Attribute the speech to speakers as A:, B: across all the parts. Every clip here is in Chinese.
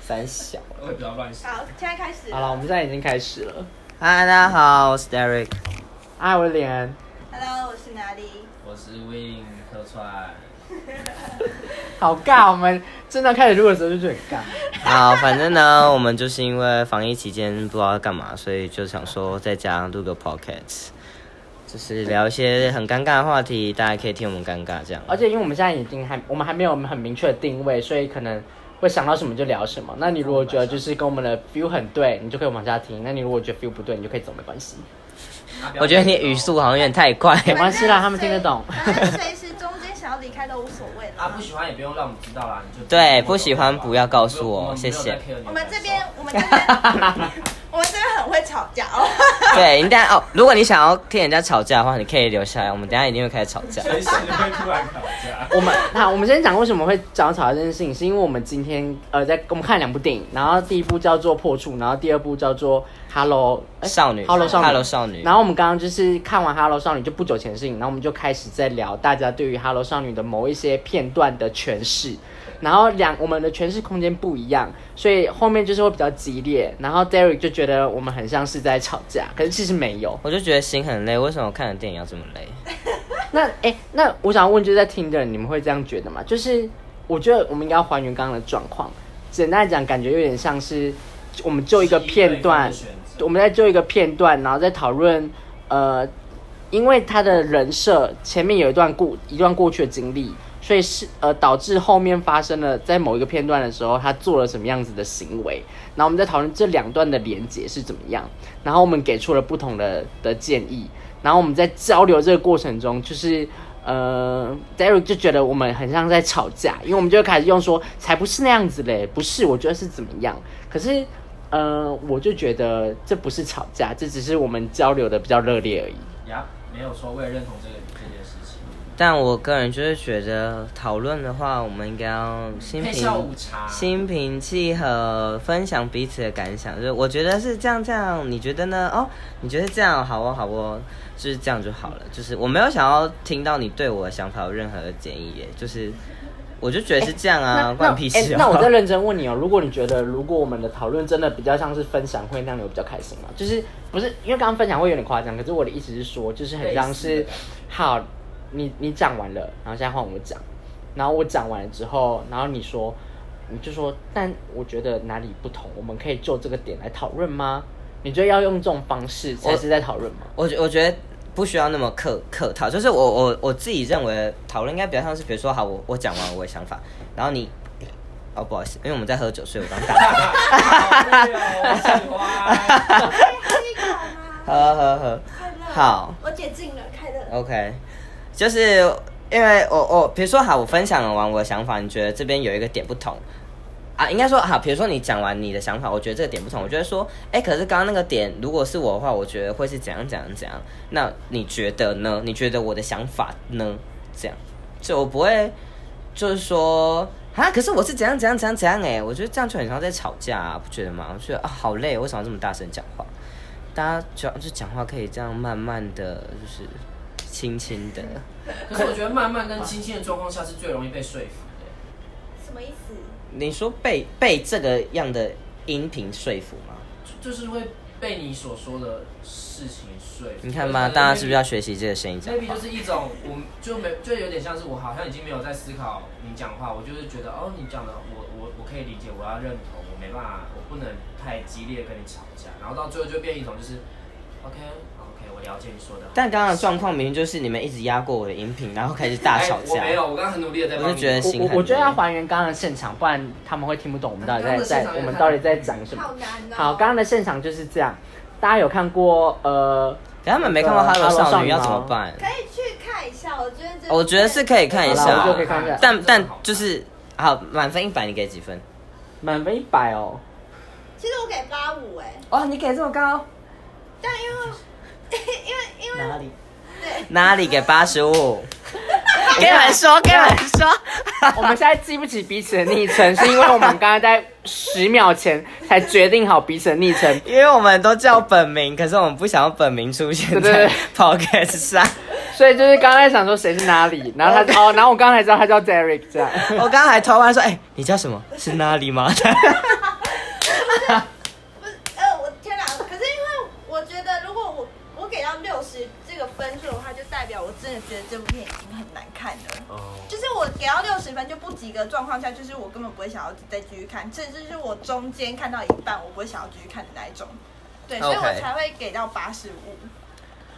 A: 三小。
B: 我也不知道乱想。
C: 好，现在开始。
A: 好了，我们现在已经开始了。
D: 嗨，大家好，我是 Derek。
A: 啊，我的脸，
C: Hello，我是哪里？
B: 我是 Win 客串，
A: 好尬。我们真的开始录的时候就觉得很尬。
D: 好，反正呢，我们就是因为防疫期间不知道要干嘛，所以就想说在家录个 podcast，就是聊一些很尴尬的话题，大家可以听我们尴尬这样。
A: 而且因为我们现在已经还我们还没有很明确的定位，所以可能会想到什么就聊什么。那你如果觉得就是跟我们的 feel 很对，你就可以往下听；那你如果觉得 feel 不对，你就可以走，没关 系。
D: 我觉得你语速好像有点太 快。
A: 没关系啦，他们听得懂。
C: 反正随时中间想要离开都无所谓
B: 啊，
C: 了
B: 不。喜欢也不用让我们知道啦，你就
D: 对不喜欢不要告诉我
B: 们没有
D: 谢谢
B: 在 care 你的感受
C: 我们这边，我们这边， 我们这边很会吵架哦。
D: 对，你等下哦，如果你想要听人家吵架的话，你可以留下来，我们等一下一定会开始吵架。
B: 随时会突然吵架。
A: 我们那我们先讲为什么会讲吵架这件事情，是因为我们今天呃在我们看两部电影，然后第一部叫做《破处》，然后第二部叫做《Hello 诶
D: 少女
A: Hello 少女
D: Hello 少女
A: 然后我们刚刚就是看完《Hello 少女》就不久前的事情，然后我们就开始在聊大家对于《Hello 少女》的某一些片段的诠释，然后两我们的诠释空间不一样，所以后面就是会比较激烈。然后 Derek 就觉得我们很像是在吵架，可是其实没有。
D: 我就觉得心很累，为什么我看的电影要这么累？
A: 那哎、诶那我想问，就是在听的人，你们会这样觉得吗？就是我觉得我们应该要还原刚刚的状况。简单来讲，感觉有点像是我们就一个片段
B: 是一对一的选，择
A: 我们在就一个片段，然后再讨论呃，因为他的人设前面有一段过一段过去的经历，所以是呃导致后面发生了在某一个片段的时候，他做了什么样子的行为，然后我们再讨论这两段的连接是怎么样，然后我们给出了不同的的建议，然后我们在交流这个过程中，就是呃，Derek 就觉得我们很像在吵架，因为我们就开始用说才不是那样子嘞，不是，我觉得是怎么样，可是。呃，我就觉得这不是吵架，这只是我们交流的比较热烈而已。
B: 呀，没有说我也认同这个这件事情。
D: 但我个人就是觉得讨论的话，我们应该要心
B: 配下午
D: 平
B: 茶，
D: 心平气和，分享彼此的感想。就是我觉得是这样这样，你觉得呢？哦，你觉得这样好哦好哦，就是这样就好了。就是我没有想要听到你对我的想法有任何的建议耶，就是我就觉得是这样啊，关你屁
A: 哎
D: 事、哦
A: 那我再认真问你哦，如果你觉得如果我们的讨论真的比较像是分享会那样，你会比较开心吗？就是不是因为刚刚分享会有点夸张，可是我的意思是说，就是很像
B: 类似
A: 是
B: 的感
A: 好，你你讲完了，然后现在换我讲，然后我讲完了之后，然后你说你就说，但我觉得哪里不同，我们可以就这个点来讨论吗？你觉得要用这种方式才是在讨论吗？
D: 我觉我觉得不需要那么客客套，就是我我我自己认为的讨论应该比较像是，比如说好，我我讲完我的想法，然后你，哦不好意思，因为我们在喝酒，所以我刚打嗝。
B: 好累哦我喜 欢。
C: 可以考 吗？
D: 喝喝喝，
C: 快乐。
D: 好，
C: 我解禁了，快乐。
D: OK，就是因为我我比如说好，我分享完我的想法，你觉得这边有一个点不同啊？应该说好，比如说你讲完你的想法，我觉得这个点不同，我觉得说，哎、可是刚刚那个点，如果是我的话，我觉得会是怎样怎样怎样。那你觉得呢？你觉得我的想法呢？这样，就我不会就是说。啊！可是我是怎样怎样怎样怎样哎、我觉得这样就很像在吵架、啊，不觉得吗？我觉得啊，好累，为什么要这么大声讲话？大家讲就讲话可以这样慢慢的，就是轻轻的。
B: 可是我觉得慢慢跟亲亲的状况下是最容易被说服的。
C: 什么意思？
D: 你说被被这个样的音频说服吗？
B: 就就是会被你所说的事情说服。
D: 你看嘛，
A: 呃
D: 大家是不是要学习这个声音讲
B: maybe
D: 话
B: 就？是一种，我们就没就有点像是我好像已经没有在思考你讲话，我就是觉得哦，你讲的我我我可以理解，我要认同，我没办法，我不能太激烈地跟你吵架，然后到最后就变一种就是，OK OK，我了解你说的。
D: 但刚刚的状况明明就是你们一直压过我的音频，然后开始大
B: 哎
D: 吵
B: 我
D: 架。
B: 没有，我刚刚很努力的在帮你。
D: 我就觉得
A: 我
D: 心
A: 我
D: 很
A: 我觉
D: 累
A: 得要还原刚刚的现场，不然他们会听不懂我们到底
B: 刚
A: 在
B: 刚的
A: 在
B: 现场
A: 我
B: 有
A: 们
B: 看
A: 到底在讲什么
C: 好。难哦。
A: 好，刚刚的现场就是这样。大家有看过呃，
D: 等他们没看过《Hello
A: 呃
D: 少女》
A: 吗
D: 要怎么？办？
C: 可以去看一下，我觉得这
A: 哦
D: 我觉得是可以看一
A: 好啦
D: 下
A: 我就可以看一下
D: 但但就是好，满分一百，你给几分？
A: 满分一百哦，
C: 其实我给八五哎，
D: 哦，你给这么高？
C: 但因为 因为因为
A: 里？
C: 对
D: 哪里给八十 五？跟你们说，跟你们说，
A: 我们现在记不起彼此的昵称，是因为我们刚刚在十秒前才决定好彼此的昵称。
D: 因为我们都叫本名，可是我们不想要本名出现
A: 对对
D: 在
A: 对
D: podcast 上。
A: 所以就是刚才想说谁是哪里，然后他就哦，然后我刚才知道他叫 Derek 这样。
D: 我刚刚还偷问说，哎、你叫什么？是哪里吗？
C: 不是，呃，我天哪！可是因为我觉得，如果我我给到六十这个分数的话，就代表我真的觉得这部片已经很难看了。
B: 哦，
C: 就是我给到六十分就不及格状况下，就是我根本不会想要再继续看，甚至是我中间看到一半，我不会想要继续看的那一种。对，所以我
D: OK
C: 才会给到八十五。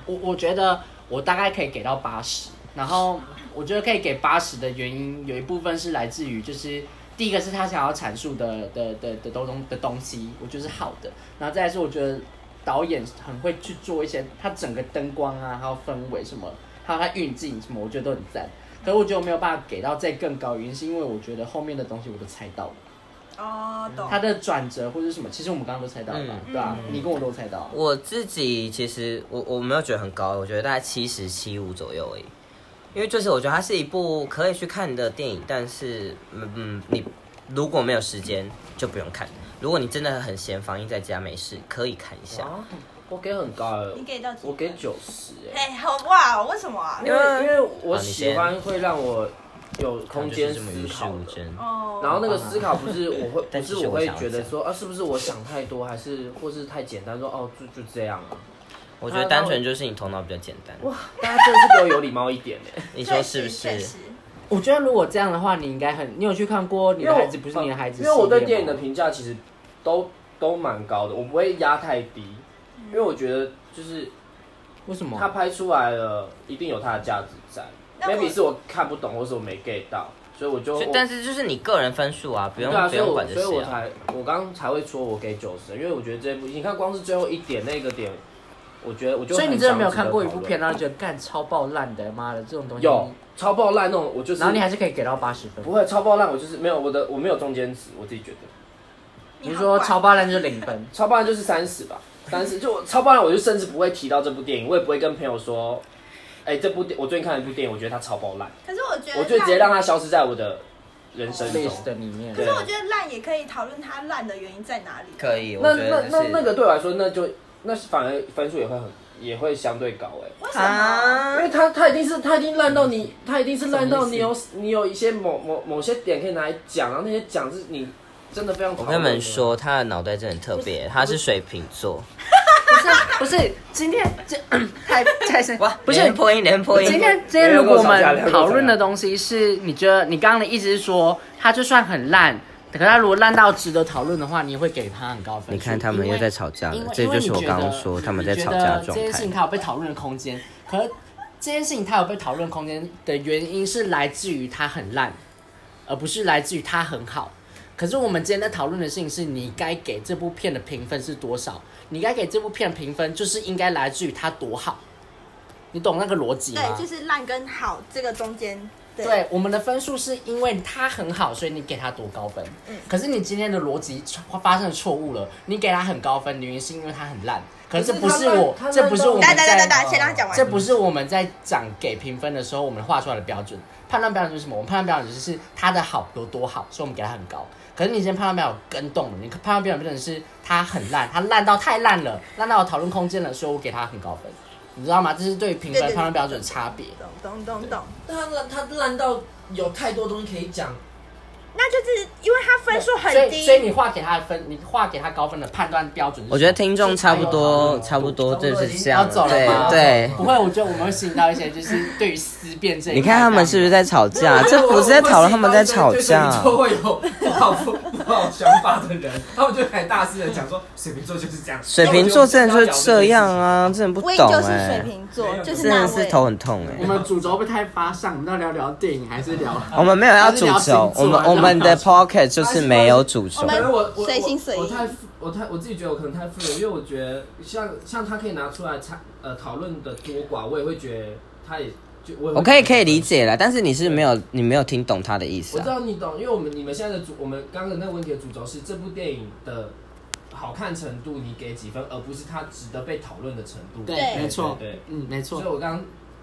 A: 我我觉得我大概可以给到八十，然后我觉得可以给八十的原因有一部分是来自于就是。第一个是他想要阐述的的的的东东的东西，我觉得是好的。然后再来是我觉得导演很会去做一些他整个灯光啊，还有氛围什么，还有他运镜什么，我觉得都很赞。可是我觉得我没有办法给到再更高，原因是因为我觉得后面的东西我都猜到了，
C: 哦，懂。
A: 他的转折或者是什么，其实我们刚刚都猜到了吧，
C: 嗯
A: 对吧、啊？
B: 嗯
A: 你跟我都猜到。
D: 我自己其实我我没有觉得很高，我觉得大概七十七五左右而已。因为就是我觉得它是一部可以去看的电影，但是嗯嗯，你如果没有时间就不用看。如果你真的很闲，防疫在家没事，可以看一下。
B: 啊，我给很高了，
C: 你给到几分
B: 我给九十哎。
C: 哎、好哇，为什么啊？
B: 因为因为我
D: 啊你
B: 喜
D: 先
B: 欢会让我有空间
D: 就是这么
B: 思
D: 与世
B: 考
D: 无
B: 的
D: 争。
C: 哦，
B: 然后那个思考不是我 会，
D: 但
B: 不
D: 其
B: 是
D: 实
B: 我
D: 我
B: 会
D: 想要
B: 觉得
D: 讲
B: 说啊，是不是我想太多，还是或是太简单？说哦，就就这样啊。
D: 我觉得单纯就是你头脑比较简单。
B: 哇，大家真的是给我有礼貌一点 哎。
D: 你
C: 你
D: 说是不是？
C: 确实，
A: 我觉得如果这样的话，你应该很，你有去看过《你
B: 因
A: 的
B: 为
A: 孩
B: 我
A: 子不是你的孩子》
B: 因为我对
A: 系列
B: 电影的
A: 吗
B: 评价其实都都蛮高的，我不会压太低，
A: 嗯
B: 因为我觉得就是
A: 为什么？
B: 它拍出来了，一定有它的价值在。
C: 那我
B: maybe 是我看不懂，或是我没 get 到，所以我就
D: 所以但是就是你个人分数啊，不用、
B: 哦对啊，
D: 不
B: 所以
D: 用
B: 我
D: 管这
B: 所以我
D: 些啊。
B: 才我刚刚才会说我给九十，因为我觉得这部你看光是最后一点那个点，我觉得我就
A: 所以你
B: 很
A: 真的没有
B: 想值
A: 看
B: 得
A: 过一
B: 讨
A: 部
B: 论
A: 片，然后觉得干超爆烂的，妈的这种东西
B: 有超爆烂那种，我就是
A: 然后你还是可以给到八十分
B: 不。会超爆烂，我就是没有我的我没有中间值，我自己觉得
A: 你是说超爆烂就是零分，
B: 超爆烂就是三十吧，三十就我超爆烂，我就甚至不会提到这部电影，我也不会跟朋友说，哎、这部电我最近看了一部电影，我觉得它超爆烂，
C: 可是我觉得，
B: 我就直接让。它消失在我的人生中。
A: list 里面
C: 可
B: 对
C: 是我觉得烂也可以讨论它烂的原因在哪里。
D: 可以，我
B: 那
D: 觉
B: 那
D: 得
B: 那
D: 是
B: 那个对我来说，那就那反而分数也会很也会相对高哎、
C: 为什么？
B: 因
D: 啊
B: 为，他他一定是他一定烂到你，他一定是烂到你
D: 嗯什么
B: 有你有一些某某某些点可以拿来讲，然后那些讲是你真的非常。
D: 我跟你们，说，他的脑袋真的很特别，他是水瓶座。
A: 不是不是，今天 这太太深
D: 哇，
A: 不是
D: 连破音连破音。
A: 今天今天如果我们讨论的东西是，你觉得你刚刚的意思是说，它就算很烂，可它如果烂到值得讨论的话，你会给它很高分数。
D: 你看他们又在吵架
A: 因
D: 了
A: 为，
D: 这就是我刚
A: 因为
D: 刚
A: 你觉
D: 说
A: 得
D: 他们在吵
A: 你
D: 架
A: 觉
D: 的
A: 得
D: 状
A: 这件事
D: 态
A: 情。它有被讨论的空间，可这件事情它有被讨论空间的原因是来自于它很烂，而不是来自于它很好。可是我们今天在讨论的事情是你该给这部片的评分是多少？你该给这部片的评分就是应该来自于它多好，你懂那个逻辑吗？
C: 对，就是烂跟好这个中间。对，
A: 对，我们的分数是因为他很好，所以你给他多高分。
C: 嗯
A: 可是你今天的逻辑发生了错误了，你给他很高分，原因是因为他很烂。可是这不是我
B: 可，是他
A: 这
B: 烂
A: 不是我们
C: 来来来
A: 在，
C: 来来，先让他讲完
A: 这。不是我们在讲给评分的时候我们画出来的标准。判断标准是什么？我们判断标准就是他的好有多好，所以我们给他很高。可是你今天判断标准跟动了，你判断标准变成是他很烂，他烂到太烂了，烂到有讨论空间了，所以我给他很高分。你知道吗？这是对评分
C: 对对对
A: 判断标准的差别。
C: 懂懂懂懂，
B: 他烂他烂到有太多东西可以讲，
D: 啊
C: 那就是因为他分数很
A: 所以所以
C: 低，
A: 你画给他的分，你画给他高分的判断标准是什么，
D: 我觉得听众差不多，
A: 是
D: 差不多就是这
A: 要
D: 样
A: 走了吗？
D: 对
A: 不会，我觉得我们会吸引到一些就是对于思辨这
D: 对，
A: 一块
D: 你看他们是不是在吵 架？这不是在讨论他们在吵架。
B: 就会有不好 不不好想法的人，他们就开始大声的讲说水瓶座就是这样，
D: 水瓶座真的就是这样啊，真的不
C: 我也
D: 懂
A: 欸
C: 就是水
D: 哎，
C: 瓶座，就是
D: 真
C: 那
D: 的是
C: 位。
D: 头很痛哎
A: 我。们主轴不太发散，我们要聊聊电影还是聊？
D: 我们没有要主
A: 还是聊
D: 轴
A: 星，座
D: 我们我们的 pocket 就是
B: 啊
D: 没有主
B: 我
D: 轴。
B: 们我我
C: 随心随意
B: 我太我太我自己觉得我可能太富有，因为我觉得像像他可以拿出来参呃讨论的多寡，我也会觉得他也就我也会
D: 我可以
B: 觉得
D: 可以理解啊了，但是你是没有你没有听懂他的意思
B: 我知
D: 啊。
B: 道你懂，因为我们你们现在的主，我们刚刚的那个问题的主轴是这部电影的好看程度，你给几分，而不是它值得被讨论的程度。
C: 对
A: 没错，
B: 对，
A: 嗯，没
B: 所以
A: 错。
B: 我刚刚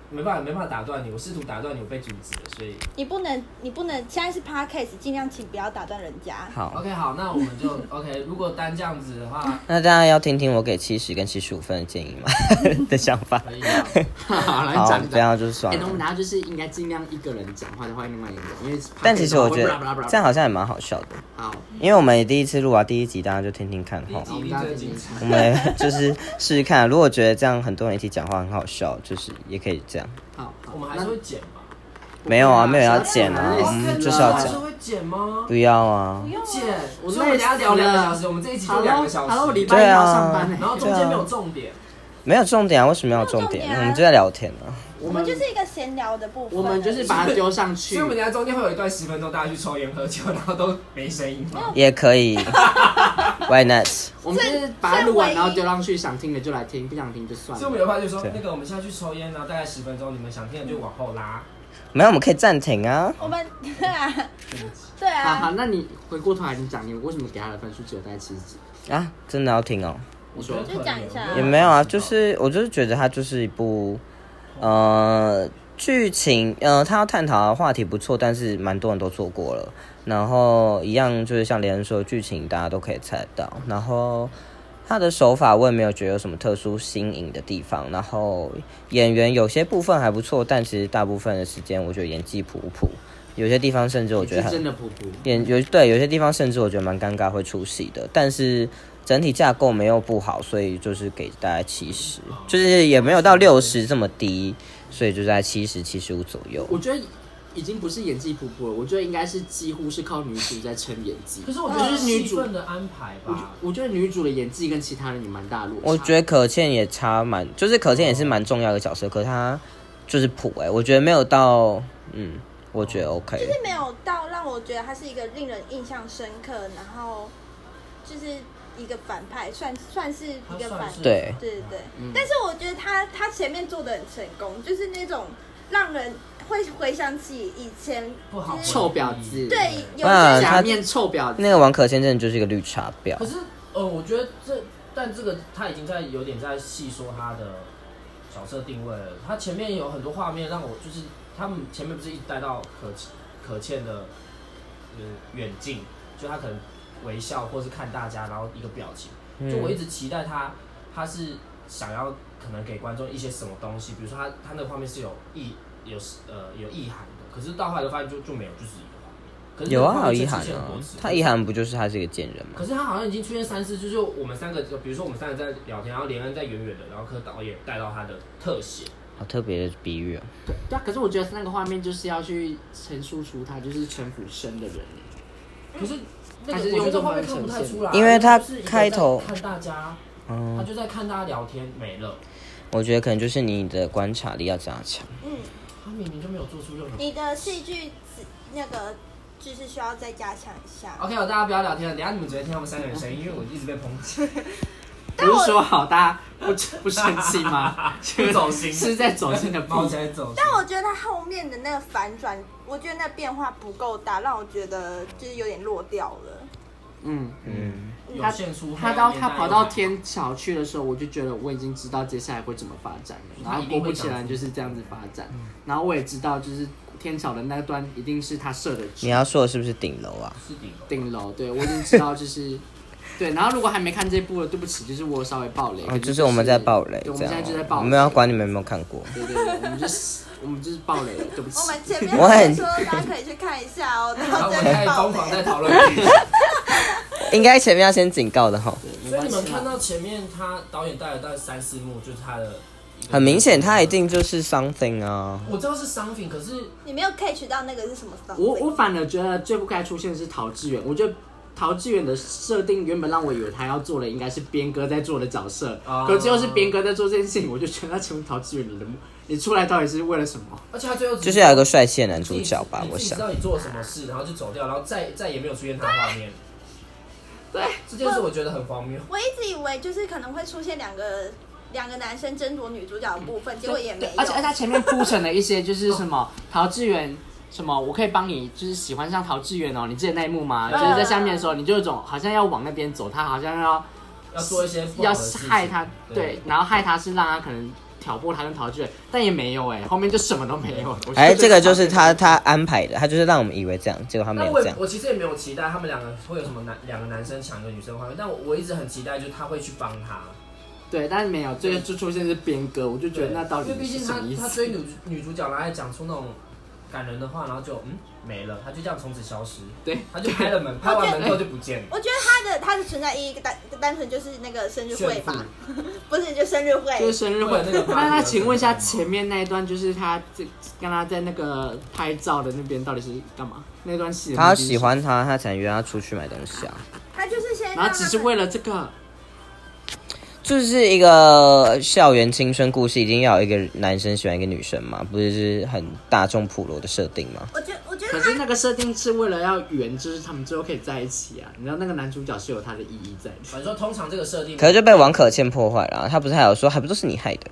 B: 没办法没办法打断你，我试图打断你，我被阻止了，所以
C: 你不能，你不能，现在是 podcast，尽量请不要打断人家。
D: 好，
B: OK 好，那我们就 OK。如果单这样子的话，
D: 那大家要听听我给七十跟七十五分的建议吗？ 的想法。
B: 可以啊吗？
A: 好，来
D: 好，
A: 讲
D: 不
A: 讲。
D: 要就是算
A: 哎，那我们
D: 了。
A: 然后就是应该尽量一个人讲话的话，另外一个人，因为
D: 但其实我觉
A: 会
D: 得
A: 布拉布拉布拉
D: 这样好像也蛮好笑的，
A: 好，
D: 因为我们也第一次录啊，第一集大家就听听看
B: 第一
D: 哈。
B: 集一定最精彩。
D: 我们也 就是试试看，如果觉得这样很多人一起讲话很好笑，就是也可以这样。
A: 好，好
B: 我们还是会剪吧？
D: 没有啊，没有要剪啊，
B: 哦
A: 累
D: 我
A: 死了
D: 们就是要
B: 还是
D: 讲。
B: 会剪吗？
D: 不要啊
C: 不，用
B: 剪
C: 啊，，
B: 我说我们等一下聊两个小时，我们这一集就两个小时。啊
A: Hello，Hello，礼拜一要上班呢。
B: 然后
D: 啊
B: 中间没有重点，
D: 没有重点啊，为什么要有重
C: 没有重
D: 点
C: 点？啊
D: 我们就在聊天啊。
A: 我
C: 我
A: 们
C: 们就是一个闲聊的部分。
A: 我们就是把它丢上去
B: 所以我。们等一下中间会有一段十分钟，大家去抽烟喝酒，然后都没声音吗？
D: 也可以，Why not？
A: 我们就是把它录完，然后丢上去，想听的就来听，不想听就算
B: 所以我
A: 了。
B: 们有话就说
D: 对，
B: 那个我们现在去抽烟，然后大概十分钟，你们想听的就往后拉。
D: 没有，我们可以暂停啊。
C: 我们 对啊，
B: 对不起
C: 对
A: 好好，
C: 啊，
A: 那你回过头来，你讲你为什么给他的分数只有大概七十几？
D: 啊，真的要停哦？
A: 你说
C: 就讲一下啊
D: 也没有啊，就是我就是觉得它就是一部，呃，剧情，呃，它要探讨的话题不错，但是蛮多人都做过了。然后一样就是像连恩说，剧情大家都可以猜得到。然后它的手法我也没有觉得有什么特殊新颖的地方。然后演员有些部分还不错，但其实大部分的时间我觉得演技普普，有些地方甚至我觉得
A: 是
D: 很
A: 真的普普。
D: 演有对有些地方甚至我觉得蛮尴尬会出戏的，但是整体架构没有不好，所以就是给大概七十，就是也没有到六十这么低，所以就在七十七十五左右。
A: 我觉得已经不是演技普普了，我觉得应该是几乎是靠女主在撑演技。
B: 可是我觉得
A: 就是是
B: 女
A: 女
B: 主
A: 主，
B: 的安排
A: 我觉
B: 吧。
A: 我觉得女主的演技跟其他人有蛮大的落差。
D: 我觉得可倩也差蛮，就是可倩也是蛮重要的角色，可她就是普哎、我觉得没有到，嗯，我觉得 OK，
C: 就是没有到让我觉得他是一个令人印象深刻，然后就是一个反派，算算是一个反
B: 他算是
D: 对
C: 对对对，
A: 嗯
C: 但是我觉得他他前面做的很成功，就是那种让人会回想起以前
B: 不好
C: 就是
A: 臭婊子，
C: 对，有
D: 啊
C: 些
D: 他
A: 假面臭婊子。
D: 那个王可倩真的就是一个绿茶婊
B: 可，是呃，我觉得这，但这个他已经在有点在细说他的角色定位了。他前面有很多画面让我就是他们前面不是一直带到可可倩的呃远近，就他可能微笑或是看大家，然后一个表情。
D: 嗯
B: 就我一直期待他，他是想要可能给观众一些什么东西，比如说他他那个画面是有意有呃有意涵的，可是到后来的发现就就没有，就是一个画面。可是那
D: 有
B: 个
D: 啊，
B: 画
D: 有
B: 面
D: 意
B: 就
D: 涵
B: 出现很
D: 啊
B: 多次，
D: 她意涵不就是她是一个贱人吗？
B: 可是他好像已经出现三次，就是我们三个，就比如说我们三个在聊天，然后连恩在远远的，然后可导演带到他的特写，
D: 好特别的比喻哦。
A: 对啊，可是我觉得那个画面就是要去陈述出他就是城府深的人。
B: 可是
A: 嗯
B: 那
A: 还
B: 个
A: 是
B: 我
A: 用
B: 觉得
A: 这
B: 画
A: 方
B: 面
A: 面
B: 看不太
A: 呈现
B: 出来，啊
D: 因为他
B: 就是一个在
D: 开头
B: 看大家，
D: 嗯
B: 他就在看大家聊天没了，
D: 我觉得可能就是你的观察力要加强。
C: 嗯，
B: 他明明就没有做出任何。
C: 你的戏剧那个就是需要再加强一下。
B: OK，好，大家不要聊天了，等一下你们直接听他们三个人声音，因为我一直被抨击，
A: 不是说好大家不不生气吗？
B: 不走心，
A: 是在走进的
B: 猫
A: 包
B: 起 来走心。
C: 但我觉得他后面的那个反转，我觉得那变化不够大，让我觉得就是有点落掉了。
A: 嗯，
D: 嗯，
B: 有现出
A: 他到他跑到，天桥去的时候，我就觉得我已经知道接下来会怎么发展了。然后果不其然就是这样子发展。
B: 嗯
A: 然后我也知道，就是天桥的那段一定是他设的
D: 你要说的是不是顶楼啊？
B: 是顶楼。
A: 顶楼。对我已经知道，就是 对。然后如果还没看这部的，对不起，就是我稍微爆雷。
D: 哦，就是我们在暴雷，
A: 对，我
D: 这
A: 们现
D: 样
A: 在就在
D: 哦。
A: 爆
D: 我
A: 雷。
D: 没有要管你们有没有看过。
A: 对对对，我们就是我们就是爆雷了，对
B: 哦
A: 不起。
C: 我们前面
D: 我很
C: 还说大家可以去看一 下哦，然
B: 然后
C: 后
B: 我
C: 再
B: 们开
C: 来
B: 始
C: 爆
B: 疯狂在
C: 雷。
B: 讨论剧
D: 应该前面要先警告的哈。
A: 对没
B: 所
A: 关
B: 以你
A: 系
B: 们
A: 啦
B: 看到前面他导演带了大概三四幕，就是他的一个
D: 很明显，他一定就是 something 啊。
B: 我知道是商品，可是
C: 你没有 catch 到那个是什么东西？
A: 我我反而觉得最不该出现的是陶志远，我觉得。陶志远的设定原本让我以为他要做的应该是边哥在做的角色
B: 哦
A: 可最后是边哥在做这件事情，我就觉得那请问陶志远你的目你出来到底是为了什么？
B: 而且他最后只
D: 就是要有一个帅气的男主角吧
B: 你，自
D: 我
B: 己
D: 想
B: 知。道你做了什么事，然后就走掉，然后再再也没有出现他的画面。
A: 对，
B: 这件事我觉得很荒谬。
C: 我一直以为就是可能会出现两个两个男生争夺女主角的部分，结果也没
A: 对
C: 有。
A: 而且而且他前面铺陈了一些就是什么陶志远什么，我可以帮你就是喜欢上陶志远哦，你记得那一幕吗？就是在
C: 啊
A: 下面的时候，你就有种好像要往那边走，他好像要
B: 要做一些不好
A: 要
B: 的事情
A: 害他，对，，然后害他是让他可能挑拨他跟陶俊，但也没有哎、后面就什么都没 有了。我觉得
D: 哎，这个就是他他安排的，他就是让我们以为这样，结果他没
B: 那
D: 有
B: 我
D: 这
B: 也
D: 样。
B: 我其实也没有期待他们两个会有什么男两个男生抢一个女生的画面，但我我一直很期待，就是他会去帮他。
A: 对，但是没有，最后就出现是编歌，我就觉得那到底
B: 因为毕
A: 是
B: 竟
A: 什
B: 他
A: 么意
B: 他
A: 思？
B: 追女女主角，然后还讲出那种感人的话，然后就嗯没了，他就这样从此消失。
A: 对，
B: 他就开 了门，拍完门之后就不见了。
C: 我觉得他的他的存在意义单单纯就是那个
A: 嗯
C: 生日会
B: 炫富
C: 吧，不是就生日
A: 就是
C: 会，
A: 生日
B: 对
A: 会
B: 那个
A: 那那请问一下，前面那一段就是他这跟他在那个拍照的那边到底是干嘛？那段戏的目
D: 他
A: 的是
D: 喜欢他，他才约他出去买东西啊，
C: 他就是先
A: 什么，
C: 让
A: 然
C: 他
A: 后只是为了这个，
D: 就是一个校园青春故事，一定要有一个男生喜欢一个女生嘛，不是是很大众普罗的设定吗？
C: 我觉我觉
A: 可
C: 得
A: 是
C: 他
A: 那个设定是为了要圆，就是他们最后可以在一起啊。你知道那个男主角是有他的意义在的，
B: 反正说通常这个设定，
D: 可是就被王可倩破坏了啊、他不是还有说，还不都是你害的？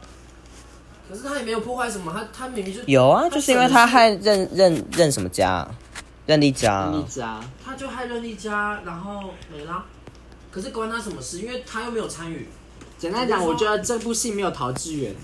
B: 可是他也没有破坏什么，他他明明就
D: 有啊，就是因为他
B: 他
D: 害任任任什么家啊，任丽家啊
A: 丽佳
B: 他就害任丽佳，然后没啦。可是关他什么事？因为他又没有参与，
A: 简单讲，我觉得这部戏没有陶志远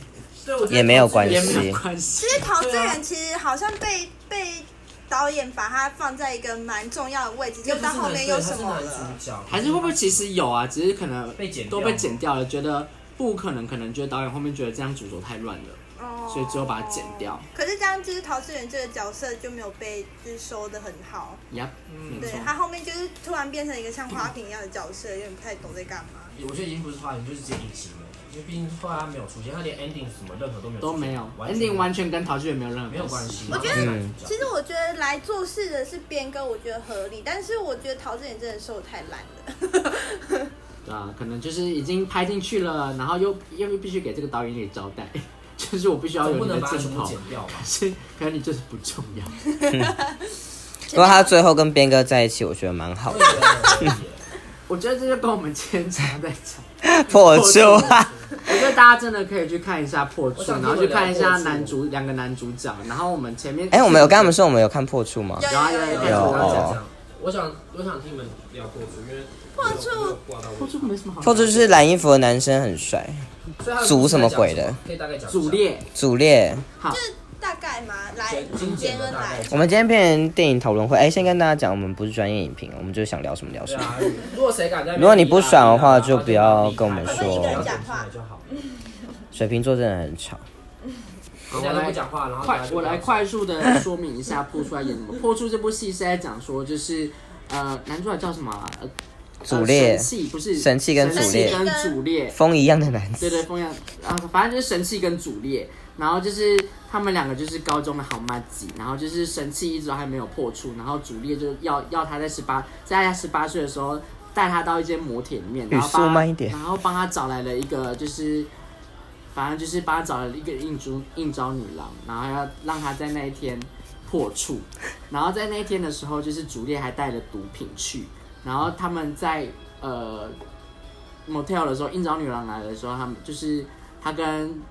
B: 对我觉得
D: 也没有关
A: 也
D: 系
A: 没有关系
C: 其。实陶志
B: 对啊
C: 远其实好像被被导演把他放在一个蛮重要的位置，就
B: 又不是
C: 到后面又
B: 男
C: 什么
B: 对他是
C: 了
B: 男。主角，
A: 还是会不会其实有啊？只是可能
B: 被剪掉
A: 都被剪掉了，觉得不可能，可能觉得导演后面觉得这样主轴太乱了，
C: 哦
A: 所以最后把它剪掉。
C: 可是这样就是陶志远这个角色就没有被就是收的很好，
A: 呀、
B: 嗯
A: 没
C: 对
A: 错。
C: 他后面就是突然变成一个像花瓶一样的角色，有点不太懂在干嘛。
A: 嗯
B: 我觉得已经不是花影，就是直接隐形了，因为毕竟后来他没有出现，他连 ending 什么任何都没有出现
A: 都没有
B: 全没有
A: ，ending 完全跟陶俊远没有任何
B: 没有关系。
C: 我觉
D: 得
B: 嗯
C: 其实我觉得来做事的是边哥，我觉得合理，但是我觉得陶志远真的收的太烂 了。
A: 对啊，可能就是已经拍进去了，然后又又必须给这个导演给交代， 就是我必须要
B: 总
A: 有
B: 不
A: 你的
B: 能把它全
A: 镜
B: 部
A: 头，
B: 剪掉吧？
A: 是可能你就是不重要。
D: 如果他最后跟边哥在一起，我觉得蛮好
B: 我
D: 的，
B: 也觉得
A: 我觉得这就跟我们今天常在讲。
D: 破处啊。
A: 我觉得大家真的可以去看一下《破处
B: 我》，想
A: 然
B: 听我
A: 后
B: 聊
A: 去看一下男主两个男主角，然后我们前面
D: 哎、我们有跟他们说我们有看破处吗？
A: 有啊有啊
C: 有
A: 有啊
B: 有
A: 有
B: 有
A: 啊
D: 哦
B: 有我想我想听你们聊破处，因为
C: 破处
B: 挂到
A: 破
B: 我
A: 处没什么好聊的，
D: 破处就是蓝衣服的男生很帅，
B: 所以他的
D: 组什么鬼的
B: 可以大概讲一下
A: 主列，
D: 主列。
A: 好，
C: 大概嘛，来
B: 简精简
C: 边
B: 的
C: 哥
B: 大概
C: 来
B: 讲。
D: 我们今天变成电影讨论会，哎、先跟大家讲，我们不是专业影评，我们就想聊什么聊
B: 对
D: 什么。
B: 啊，如果谁敢在那边
D: 如果你不爽的话
B: 逼他
D: 就不要跟我们
C: 说我们一个人讲话
B: 就好。
D: 水瓶座真的很吵，
A: 好
B: 大
A: 我
B: 家都不
A: 来
B: 讲话，然后大
A: 快
B: 家，就
A: 我来
B: 不要
A: 快速的说明一下《破处》在演什么。《破处》这部戏是在讲说，就是呃，男主角叫什么啊？呃
D: 主烈
A: 呃神器不是
D: 神器跟
A: 神
D: 主
A: 器
D: 烈
A: 跟主烈，
D: 风一样的男子。
A: 对对，风阳啊，反正就是神器跟主烈，然后就是他们两个就是高中的好妈吉，然后就是神器一直都还没有破处，然后主烈就要要他在十八，在他十八岁的时候带他到一间摩铁里面，然后
D: 语速
A: 帮他
D: 慢一点
A: 然后帮他找来了一个就是。反正就是帮他找了一个应招应招女郎，然后要让他在那一天破处，然后在那一天的时候，就是主烈还带了毒品去，然后他们在呃 motel 的时候，应招女郎来的时候，他们就是他跟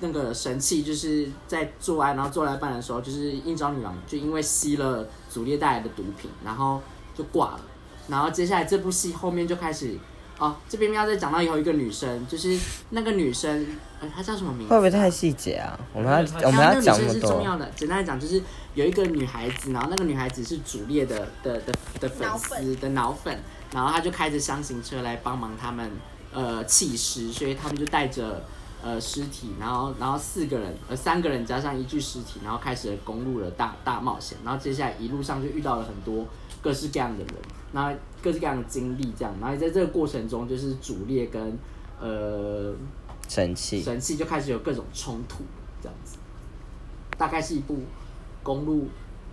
A: 那个神器就是在做爱，然后做到一半的时候，就是应招女郎就因为吸了主烈带来的毒品，然后就挂了。然后接下来这部戏后面就开始哦，这边要再讲到有一个女生，就是那个女生，呃，她叫什么名字
D: 会
A: 啊？
D: 不会太细节啊？我们
B: 太
D: 要我们
A: 然
D: 要
A: 后
D: 讲
A: 那
D: 那
A: 个女
D: 么
A: 生是重
D: 多，
A: 要的，简单来讲就是有一个女孩子，然后那个女孩子是主烈的的的的粉
C: 脑
A: 丝
C: 粉
A: 的脑粉，然后她就开着箱型车来帮忙他们呃弃尸，所以他们就带着呃尸体，然后然后四个人呃三个人加上一具尸体，然后开始了公路的大大冒险，然后接下来一路上就遇到了很多各式各样的人，然后各式各样的经历这样，然后在这个过程中就是主烈跟呃
D: 神器。
A: 神器就开始有各种冲突，这样子，大概是一部公路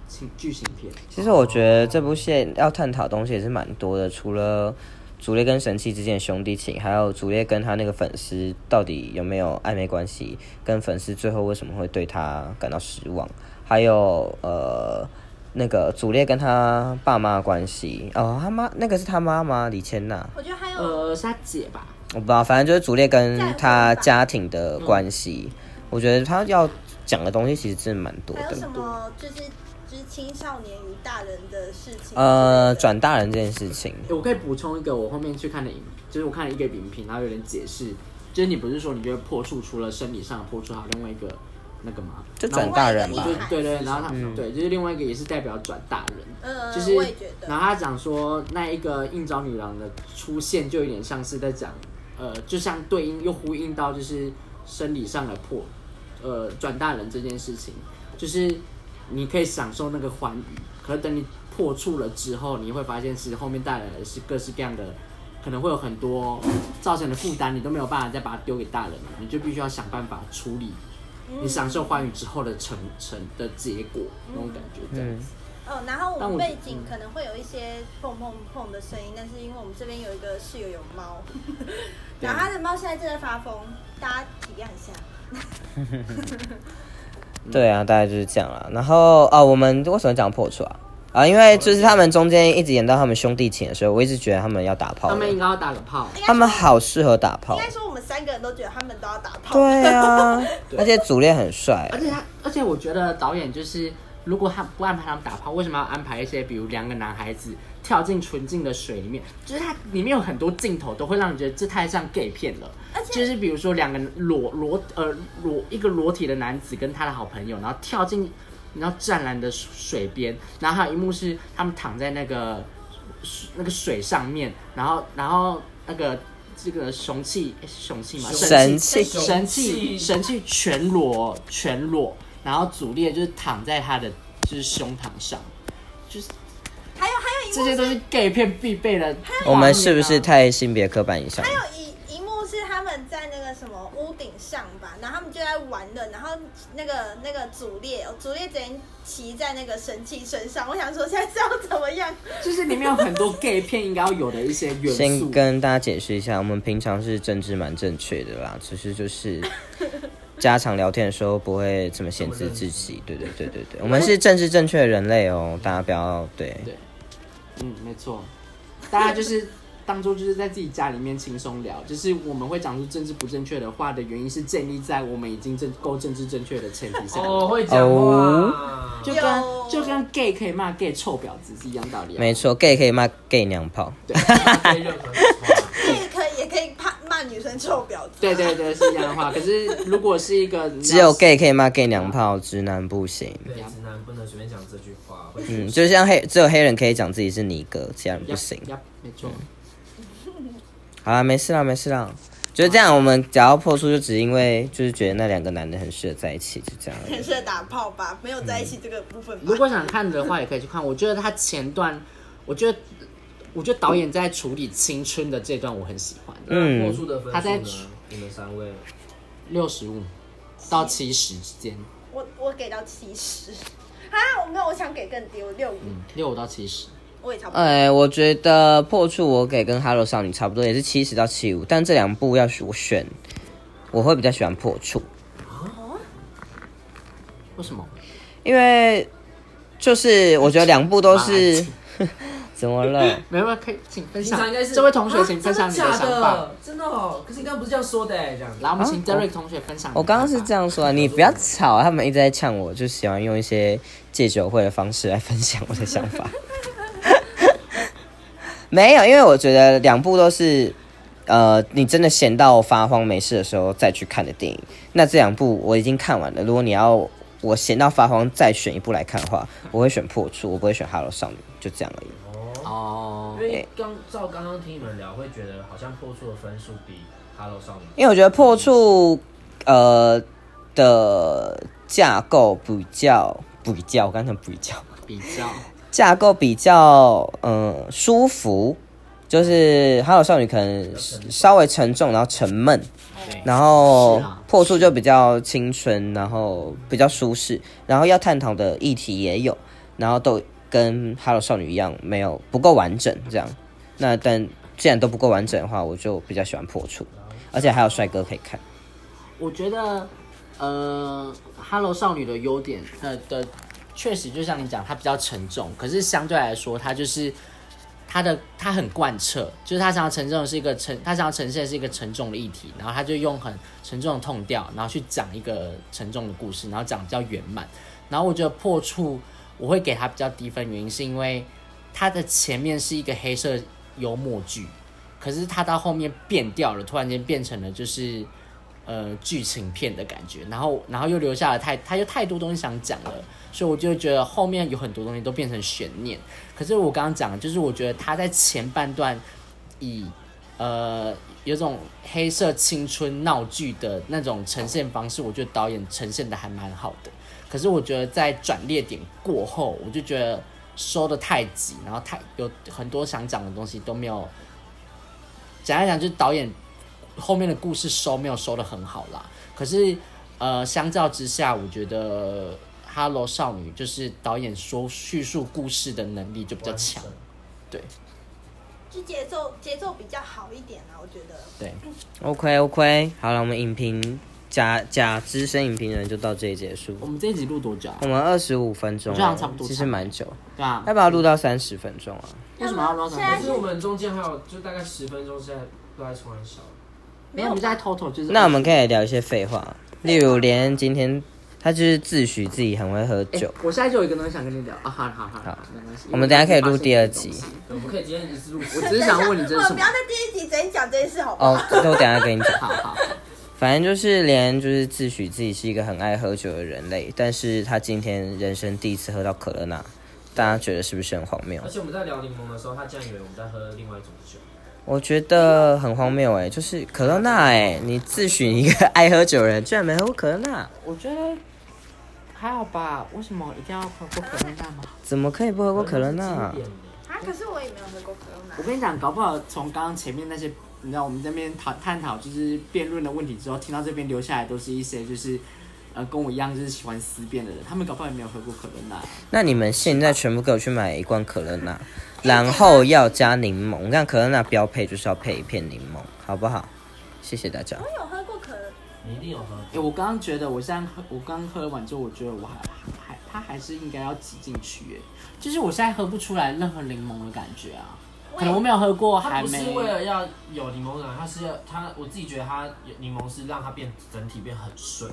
A: 情剧情片。
D: 其实我觉得这部戏要探讨的东西也是蛮多的，除了主烈跟神器之间的兄弟情，还有主烈跟他那个粉丝到底有没有暧昧关系，跟粉丝最后为什么会对他感到失望，还有呃那个主烈跟他爸妈的关系，哦他妈那个是他妈妈李千娜，
C: 我觉得还有
A: 呃，是他姐吧？
D: 我不知道，反正就是主烈跟
C: 再
D: 他
C: 婚吧
D: 家庭的关系，我觉得他要讲的东西其实真的蛮多
C: 还有
D: 的。
C: 什么就是就是青少年与大人的事情之类的？
D: 呃，转大人这件事情，
A: 诶我可以补充一个，我后面去看的影，就是我看了一个影评，然后有人解释，就是你不是说你觉得破处除了生理上的破处，还有另外一个那个吗？
D: 就转大人吧
A: 就。
C: 嗯
A: 对对，然后他、对，就是另外一个也是代表转大人，
C: 嗯，
A: 就是
C: 我也觉得，
A: 然后他讲说那一个应招女郎的出现，就有点像是在讲，呃，就像对应又呼应到就是生理上的破，呃，转大人这件事情，就是你可以享受那个欢愉，可是等你破处了之后，你会发现是后面带来的是各式各样的。可能会有很多造成的负担，你都没有办法再把它丢给大人了，你就必须要想办法处理
C: 嗯
A: 你享受欢愉之后的成成的结果那种感觉，这样子。
C: 哦，然后我
A: 但我嗯
C: 们背
A: 觉
C: 景
A: 得
C: 可能会有一些碰碰碰的声音，但是因为我们这边有一个室友有 猫，然后他的猫现在正在发疯，大家体谅一下。
A: 嗯
D: 对啊，大概就是这样啦。然后啊、我们为什么讲破处啊？啊，因为就是他们中间一直演到他们兄弟情的时候，我一直觉得他们要打炮
A: 他
D: 了，
A: 们应该要打个炮，
D: 他们好适合打炮
C: 应。该说我们三个人都觉得他们都要打炮。
D: 对 啊，而且主练很帅
A: 而，且他，而且我觉得导演就是，如果他不安排他们打炮，为什么要安排一些比如两个男孩子跳进纯净的水里面？就是它里面有很多镜头都会让你觉得这太像 gay 片了。
C: 而且
A: 就是比如说两个裸裸呃裸一个裸体的男子跟他的好朋友，然后跳进然后湛蓝的水边，然后还有一幕是他们躺在那个那个水上面，然后然后那个这个雄气诶是雄气吗？神
B: 神
D: 气
A: 神气神气全裸全裸，然后祖烈就是躺在他的就是胸膛上，就是
C: 还有还有一幕
A: 这些都是 gay 片必备的画面啊。
D: 我们是不是太性别刻板印象了？
C: 还有一一幕是他们在那个什么屋顶上吧，然后他们就在玩的，然后那个那个祖烈，祖烈直接骑在那个神器身上，我想说现在是要怎么样？
A: 就是里面有很多 gay 片应该要有的一些元
D: 先
A: 素？
D: 跟大家解释一下，我们平常是政治蛮正确的啦，只是就是 家常聊天的时候不会这么限制自己。对对对对对，我们是政治正确的人类哦，大家不要对。
A: 对嗯，没错，大家就是当做就是在自己家里面轻松聊，就是我们会讲出政治不正确的话的原因是建立在我们已经正够政治正确的前提下。
B: 哦，会讲 话，
A: 就跟就跟 gay 可以骂 gay 臭婊子是一样道理、啊。
D: 没错，gay 可以骂 gay 娘炮，
B: 可以任何话
C: 这也可以也可以怕骂女生臭婊子。
A: 对对对，是一样的话。可是如果是一个
D: 只有 gay 可以骂 gay 娘炮，直男不行。
B: 对，直男不能随便讲这句话，会
D: 嗯，就像黑，只有黑人可以讲自己是尼哥，其他人不行。嗯
A: 呀，没错。
D: 好啦，没事啦，没事啦。就是这样，我们只要破处，就只因为就是觉得那两个男的很适合在一起，就这样而
C: 很
D: 已。
C: 适合打炮吧，没有在一起这个部分吧。
A: 嗯如果想看的话，也可以去看。我觉得他前段，我觉得，我觉得导演在处理青春的这段，我很喜欢。
B: 嗯，破处的分
A: 他在
B: 数呢？你们三位，
A: 六十五到七十之间，
C: 我我给到七十啊，我没有，我想给更低，我六五，
A: 嗯，六五到七十。
C: 我也差不多。
D: 哎，我觉得破处我给跟 Hello 少女差不多，也是七十到七五，但这两部要是我选，我会比较喜欢破处，
A: 为什么？
D: 因为就是我觉得两部都是 怎么了？
A: 没有，没有可以请分
B: 平
A: 享
B: 常应该。是
A: 这位同学，请分享你
B: 啊真
A: 想
B: 假
A: 法。
B: 的，真的哦。可是你刚刚不是这样说的哎，这样子。
A: 来，我们请
D: 啊
A: Derek 同学分享。
D: 我刚刚是这，样说啊，你不要吵啊，他们一直在呛我，就喜欢用一些戒酒会的方式来分享我的想法。 没有，因为我觉得两部都是，呃，你真的闲到发慌没事的时候再去看的电影。那这两部我已经看完了，如果你要我闲到发慌再选一部来看的话，我会选《破处》，我不会选《哈喽少女》，就这样而已。
A: 哦
B: 因，为刚照刚刚听你们聊，会觉得好像破处的分数比 Hello 少女
D: 因为我觉得《破处》呃的架构比较比较，我刚才比较。
A: 比较
D: 架构比较嗯、呃舒服，就是《哈喽少女》可能稍微沉重，然后沉闷，然后
A: 是啊
D: 破处就比较青春，然后比较舒适，然后要探讨的议题也有，然后都跟《哈喽少女》一样没有不够完整这样。那但既然都不够完整的话，我就比较喜欢破处，而且还有帅哥可以看。
A: 我觉得，呃，《Hello 少女》的优点，呃的，确实就像你讲，它比较沉重，可是相对来说，它就是它的它很贯彻，就是它想要沉重的是一个沉，它想要呈现的是一个沉重的议题，然后它就用很沉重的痛调，然后去讲一个沉重的故事，然后讲比较圆满。然后我觉得破处我会给它比较低分，原因是因为它的前面是一个黑色幽默剧，可是它到后面变掉了，突然间变成了就是呃剧情片的感觉，然后然后又留下了太，它有太多东西想讲了，所以我就觉得后面有很多东西都变成悬念。可是我刚刚讲的，就是我觉得它在前半段以呃有种黑色青春闹剧的那种呈现方式，我觉得导演呈现的还蛮好的。可是我觉得在转捩点过后，我就觉得收的太急，然后太有很多想讲的东西都没有。讲一讲，就是导演后面的故事收没有收的很好啦。可是呃，相较之下，我觉得《哈喽少女》就是导演说叙述故事的能力就比较强。对
C: 就节奏节奏比较好一点啊，我觉得。
A: 对，
D: OK OK，好了，我们影评假假资深影评人就到这里结束
A: 我。们这一集录多久啊
D: 我？们二十五分钟
A: 这样差不
D: 了，
A: 多
D: 其实蛮久，
A: 对啊
D: 要，不要录到三十分钟啊？
A: 为什么要拉长？
C: 现
B: 可是我们中间还有就大概十分钟是在都在冲小，
A: 没有，我们在偷偷就是。
D: 那我们可以聊一些废话，例如连恩今天他就是自诩自己很会喝
A: 哎
D: 酒，
A: 我现在就有一个东西想跟你聊啊，好好好，好没关系。
D: 我们等一下可以录第二集
B: 我们可以今天一次录
A: 我只是想问你这
C: 我
A: 是什么
C: 们不要在第一集直接讲这件事，好不好？
D: 哦，这我等一下跟你讲。
A: 好好，
D: 反正就是连恩就是自诩自己是一个很爱喝酒的人类，但是他今天人生第一次喝到可乐那，大家觉得是不是很荒谬
A: 呃
B: 而？且我们在聊柠檬的时候，他竟然以为我们在喝另外一种酒。
D: 我觉得很荒谬哎、就是可乐那哎、你自诩一个爱喝酒的人，居然没喝过可乐那，
A: 我觉得还好吧。为什么一定要喝过可乐蛋吗？
D: 怎么可以不喝过可乐那
B: 经？典的
C: 啊，可是我也没有喝过可乐奶
A: 我。跟你讲，搞不好从刚刚前面那些，你知道我们这边讨探讨就是辩论的问题之后，听到这边留下来都是一些就是，呃，跟我一样就是喜欢思辨的人，他们搞不好也没有喝过可乐奶。
D: 那你们现在全部给我去买一罐可乐那，然后要加柠檬。我看可乐那标配就是要配一片柠檬，好不好？谢谢大家。
C: 我有喝过可乐，
B: 你一定有喝
A: 哎、我刚刚觉得我现在喝，我刚喝完之后，我觉得我还还它还是应该要挤进去，哎，就是我现在喝不出来任何柠檬的感觉啊，可能我没有喝过，
B: 过，
A: 还
B: 它不是
A: 没。
B: 为了要有柠檬奶，它是要它，我自己觉得它有柠檬是让它变整体变很顺。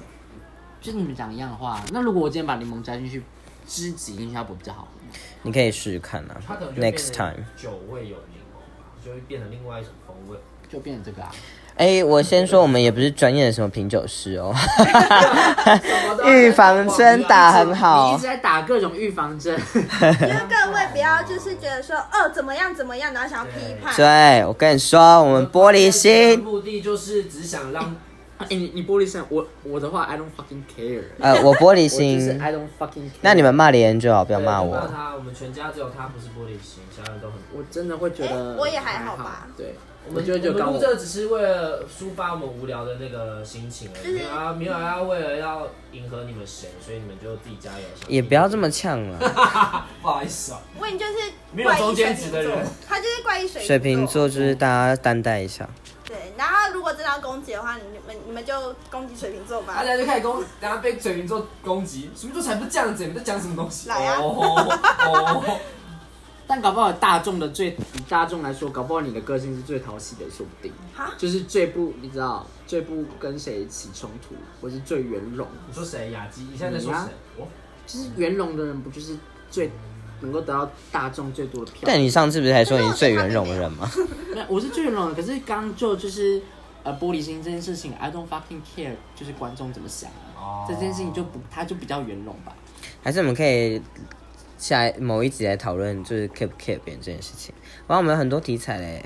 A: 就你们讲一样的话，那如果我今天把柠檬加进去，汁挤进去，它不会比较好喝吗？
D: 你可以试试看啊
B: 它可能就变
D: ，next
B: 成
D: time。
B: 酒味有柠檬吧，就会变成另外一种风味。
A: 就变成这个啊？
D: 哎、我先说，我们也不是专业的什么品酒师哦，预防针打很
A: 啊你一
D: 好
A: 直。在打各种预防针。
C: 因为各位不要就是觉得说哦怎么样怎么样，然后想要批判。
D: 对，我跟你说，我们玻璃
B: 的
D: 心。
B: 目的就是只想让
A: 哎、你你玻璃心，我我的话，I don't fucking care。
D: 呃，我玻璃
A: 我就是
D: 心。
A: I don't fucking care。
D: 那你们骂连恩就好，不要骂
B: 对
D: 我
B: 就。他，我们全家只有他不是玻璃心，其他人都很。
A: 我真的会觉得、
C: 哎我也还好吧
A: 对，
B: 我
A: 我
B: 们
A: 觉得就
B: 我
A: 刚
B: 们
A: 我
B: 录这个只是为了抒发我们无聊的那个心情而已，
C: 就是
B: 没有啊，没有要为了要迎合你们谁，所以你们就自己加油。
D: 也不要这么呛了。
B: 不好意思哦、
C: 问就是
B: 没有
C: 怪
B: 中
C: 异水
B: 间值
C: 瓶
B: 的
C: 座
B: 人，
C: 他就是怪异水
D: 水瓶座就是大家担待一下。
C: 对，然后如果真的要攻击的话，你们你们就攻击水瓶座吧
B: 大。家就开始攻，然后被水瓶座攻击，水瓶座才不是这样子，你们在讲什么东西？
C: 来啊
B: 哦哦，
A: 但搞不好大众的最以大众来说，搞不好你的个性是最讨喜的，说不定
C: 哈。
A: 就是最不你知道最不跟谁起冲突，或是最圆融。
B: 你说谁？雅姬？你现在在说
A: 你
B: 谁
A: 啊？
B: 哦我
A: 就是圆融的人，不就是最能够得到大众最多的票？
D: 但你上次不是还说你是最圆融的人吗？
A: 没有，我是最容易。可是刚就就是呃玻璃心这件事情，I don't fucking care，就是观众怎么想啊
B: 哦
A: 这件事情就不，他就比较圆融吧。
D: 还是我们可以下一某一集来讨论，就是 care 不 care 别人这件事情。哇，我们有很多题材嘞！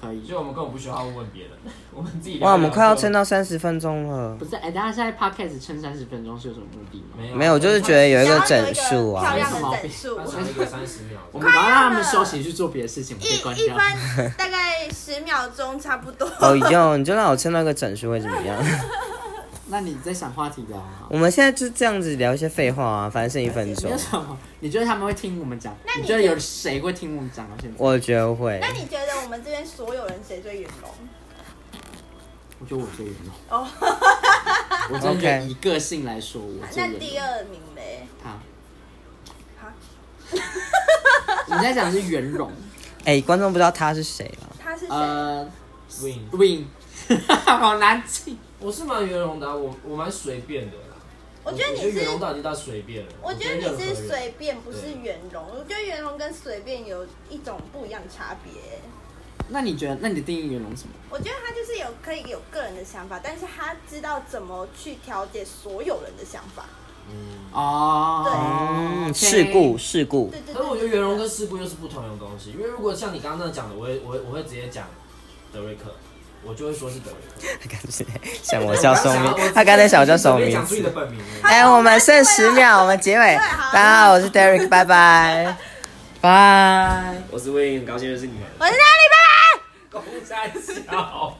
A: 可以。
B: 就我们根本不需要问别人，我们自己聊聊
D: 哇，我们快要撑
B: 就
D: 到三十分钟了
A: 不。是，哎、大家现在 podcast 撑三十分钟是有什么目的吗？
B: 没有
D: 没有，我就是觉得有一个整数
C: 想
D: 啊
C: 要有一个。漂亮的整数
B: 他。想了一个三十秒，
A: 我们不要让他们休息去做别的事情，我们可以关
C: 一一
A: 掉。
C: 分大概十秒钟差不多。
D: 哦哟，你就让我撑到一个整数会怎么样？
A: 那你在想话题聊啊？
D: 我们现在就这样子聊一些废话啊，反正剩一分
A: 没
D: 钟
A: 有。什么？你觉得他们会听我们讲？
C: 那你
A: 你觉得有谁会听我们讲到现在？
D: 我觉得会
C: 那，你觉得我们这边所有人谁最圆融？
A: 我觉得我最圆 融。
C: 哦，
A: 我真的觉得
D: OK
A: 以个性来说，我最圆融。
C: 那第二名嘞？
A: 他，
C: 哈，
A: 你在讲的是圆 融，
D: 哎，观众不知道他是谁啊了。
C: 他是谁？
A: 呃
B: win。
A: ，win，好难记。
B: 我是蛮圆融的啊、我我蛮随便的啦。
C: 我觉得你
B: 圆
C: 是
B: 融到已经到随便了。
C: 我觉得
B: 任
C: 你
B: 何
C: 是
B: 人
C: 随便，不是圆融。我觉得圆融跟随便有一种不一样的差别。
A: 那你觉得，那你的定义圆融是什么？
C: 我觉得他就是有可以有个人的想法，但是他知道怎么去调节所有人的想法。
A: 哦，
D: 嗯，
A: OK
D: 事故，事故
C: 对，对对。
B: 可是我觉得
C: 对
B: 圆融跟事故又是不同的东西，因为如果像你刚刚那样讲的，我会我会我会直接讲德瑞克，我就会说是德瑞克。
D: 他刚才想我叫什么
B: 我刚
D: 名
B: 想？
D: 他刚才想我叫什么
B: 我直接
D: 名
B: 讲出你的
D: 字？
B: 本名了。
D: 哎，我们剩十秒，我们结尾
C: 对好。
D: 大家好，我是 Derek，拜拜，拜。
B: 我是魏，很高兴认识你们。
C: 我是哪里吧？
B: 公山小。